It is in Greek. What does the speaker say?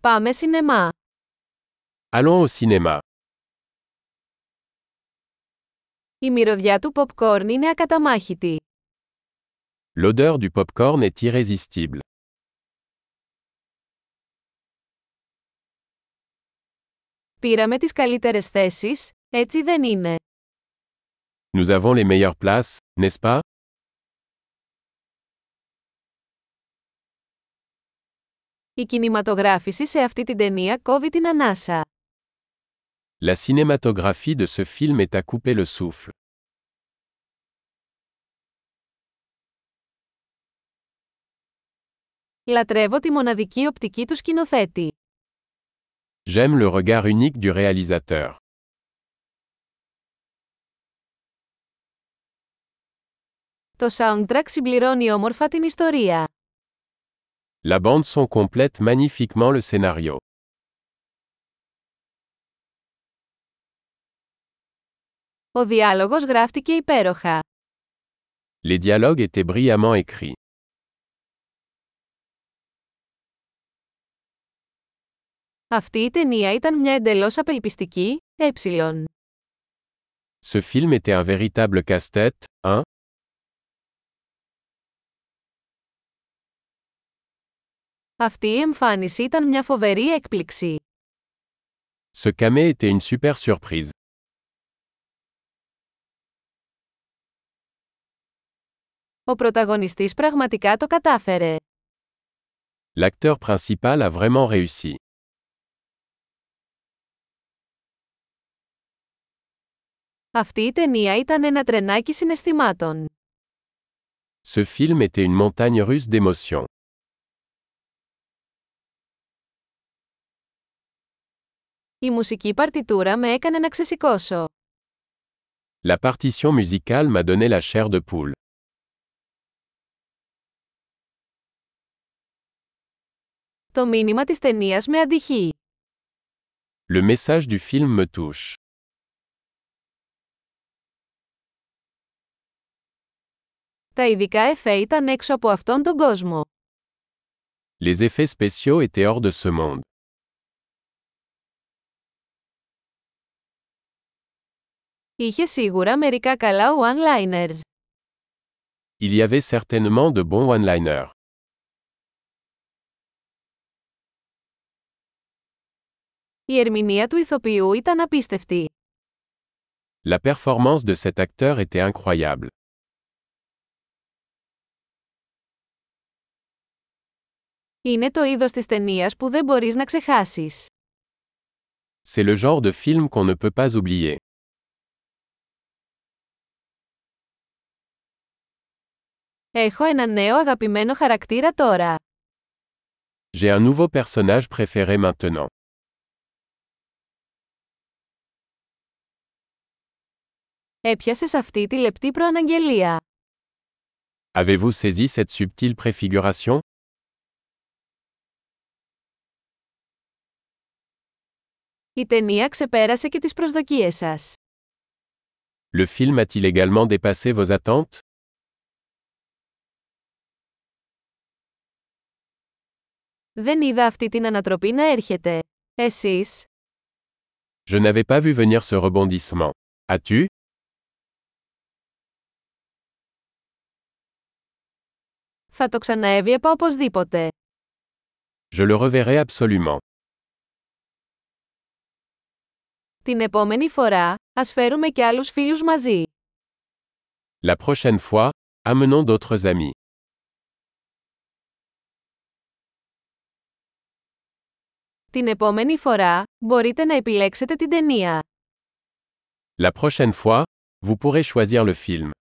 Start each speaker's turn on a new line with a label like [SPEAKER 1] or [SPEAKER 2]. [SPEAKER 1] Πάμε σινεμά.
[SPEAKER 2] Allons au cinéma.
[SPEAKER 1] Η μυρωδιά του popcorn είναι ακαταμάχητη.
[SPEAKER 2] L'odeur du popcorn est irrésistible.
[SPEAKER 1] Πήραμε τις καλύτερες θέσεις, έτσι δεν είναι.
[SPEAKER 2] Nous avons les meilleures places, n'est-ce pas
[SPEAKER 1] Η κινηματογράφηση σε αυτή την ταινία κόβει την ανάσα.
[SPEAKER 2] La cinématographie de ce film est à couper le souffle.
[SPEAKER 1] Λατρεύω τη μοναδική οπτική του σκηνοθέτη.
[SPEAKER 2] J'aime le regard unique du réalisateur.
[SPEAKER 1] Το soundtrack συμπληρώνει όμορφα την ιστορία.
[SPEAKER 2] La bande son complète magnifiquement le scénario.
[SPEAKER 1] Ο διάλογος γράφτηκε υπέροχα.
[SPEAKER 2] Les dialogues étaient brillamment écrits.
[SPEAKER 1] Αυτή η ταινία ήταν μια εντελώς απελπιστική, ε.
[SPEAKER 2] Ce film était un véritable casse-tête, hein
[SPEAKER 1] Αυτή η εμφάνιση ήταν μια φοβερή έκπληξη.
[SPEAKER 2] Ce camé était une super surprise.
[SPEAKER 1] Ο πρωταγωνιστής πραγματικά το κατάφερε.
[SPEAKER 2] L'acteur principal a vraiment réussi.
[SPEAKER 1] Αυτή η ταινία ήταν ένα τρενάκι συναισθημάτων.
[SPEAKER 2] Ce film était une montagne russe d'émotions.
[SPEAKER 1] Η μουσική παρτιτούρα με έκανε να ξεσηκώσω.
[SPEAKER 2] La partition musicale m'a donné la chair de poule.
[SPEAKER 1] Το μήνυμα της ταινίας με αντυχεί.
[SPEAKER 2] Le message du film me touche.
[SPEAKER 1] Τα ειδικά εφέ ήταν έξω από αυτόν τον κόσμο.
[SPEAKER 2] Les effets spéciaux étaient hors de ce monde.
[SPEAKER 1] Είχε σίγουρα μερικά καλά one-liners.
[SPEAKER 2] Il y avait certainement de bons one-liners.
[SPEAKER 1] Η ερμηνεία του ηθοποιού ήταν απίστευτη.
[SPEAKER 2] La performance de cet acteur était incroyable.
[SPEAKER 1] Είναι το είδος της ταινίας που δεν μπορείς να ξεχάσεις.
[SPEAKER 2] C'est le genre de film qu'on ne peut pas oublier.
[SPEAKER 1] Έχω ένα νέο αγαπημένο χαρακτήρα τώρα.
[SPEAKER 2] J'ai un nouveau personnage préféré maintenant.
[SPEAKER 1] Έπιασες αυτή τη λεπτή προαναγγελία.
[SPEAKER 2] Avez-vous saisi cette subtile préfiguration
[SPEAKER 1] Η ταινία ξεπέρασε και τις προσδοκίες σας.
[SPEAKER 2] Le film a-t-il également dépassé vos attentes
[SPEAKER 1] Δεν είδα αυτή την ανατροπή να έρχεται. Εσείς,
[SPEAKER 2] Je n'avais pas vu venir ce rebondissement. As-tu
[SPEAKER 1] θα το ξαναέβλεπα οπωσδήποτε.
[SPEAKER 2] Je le reverrai absolument.
[SPEAKER 1] Την επόμενη φορά, ας φέρουμε και άλλους φίλους μαζί.
[SPEAKER 2] La prochaine fois, amenons d'autres amis.
[SPEAKER 1] Την επόμενη φορά, μπορείτε να επιλέξετε την ταινία.
[SPEAKER 2] La prochaine fois, vous pourrez choisir le film.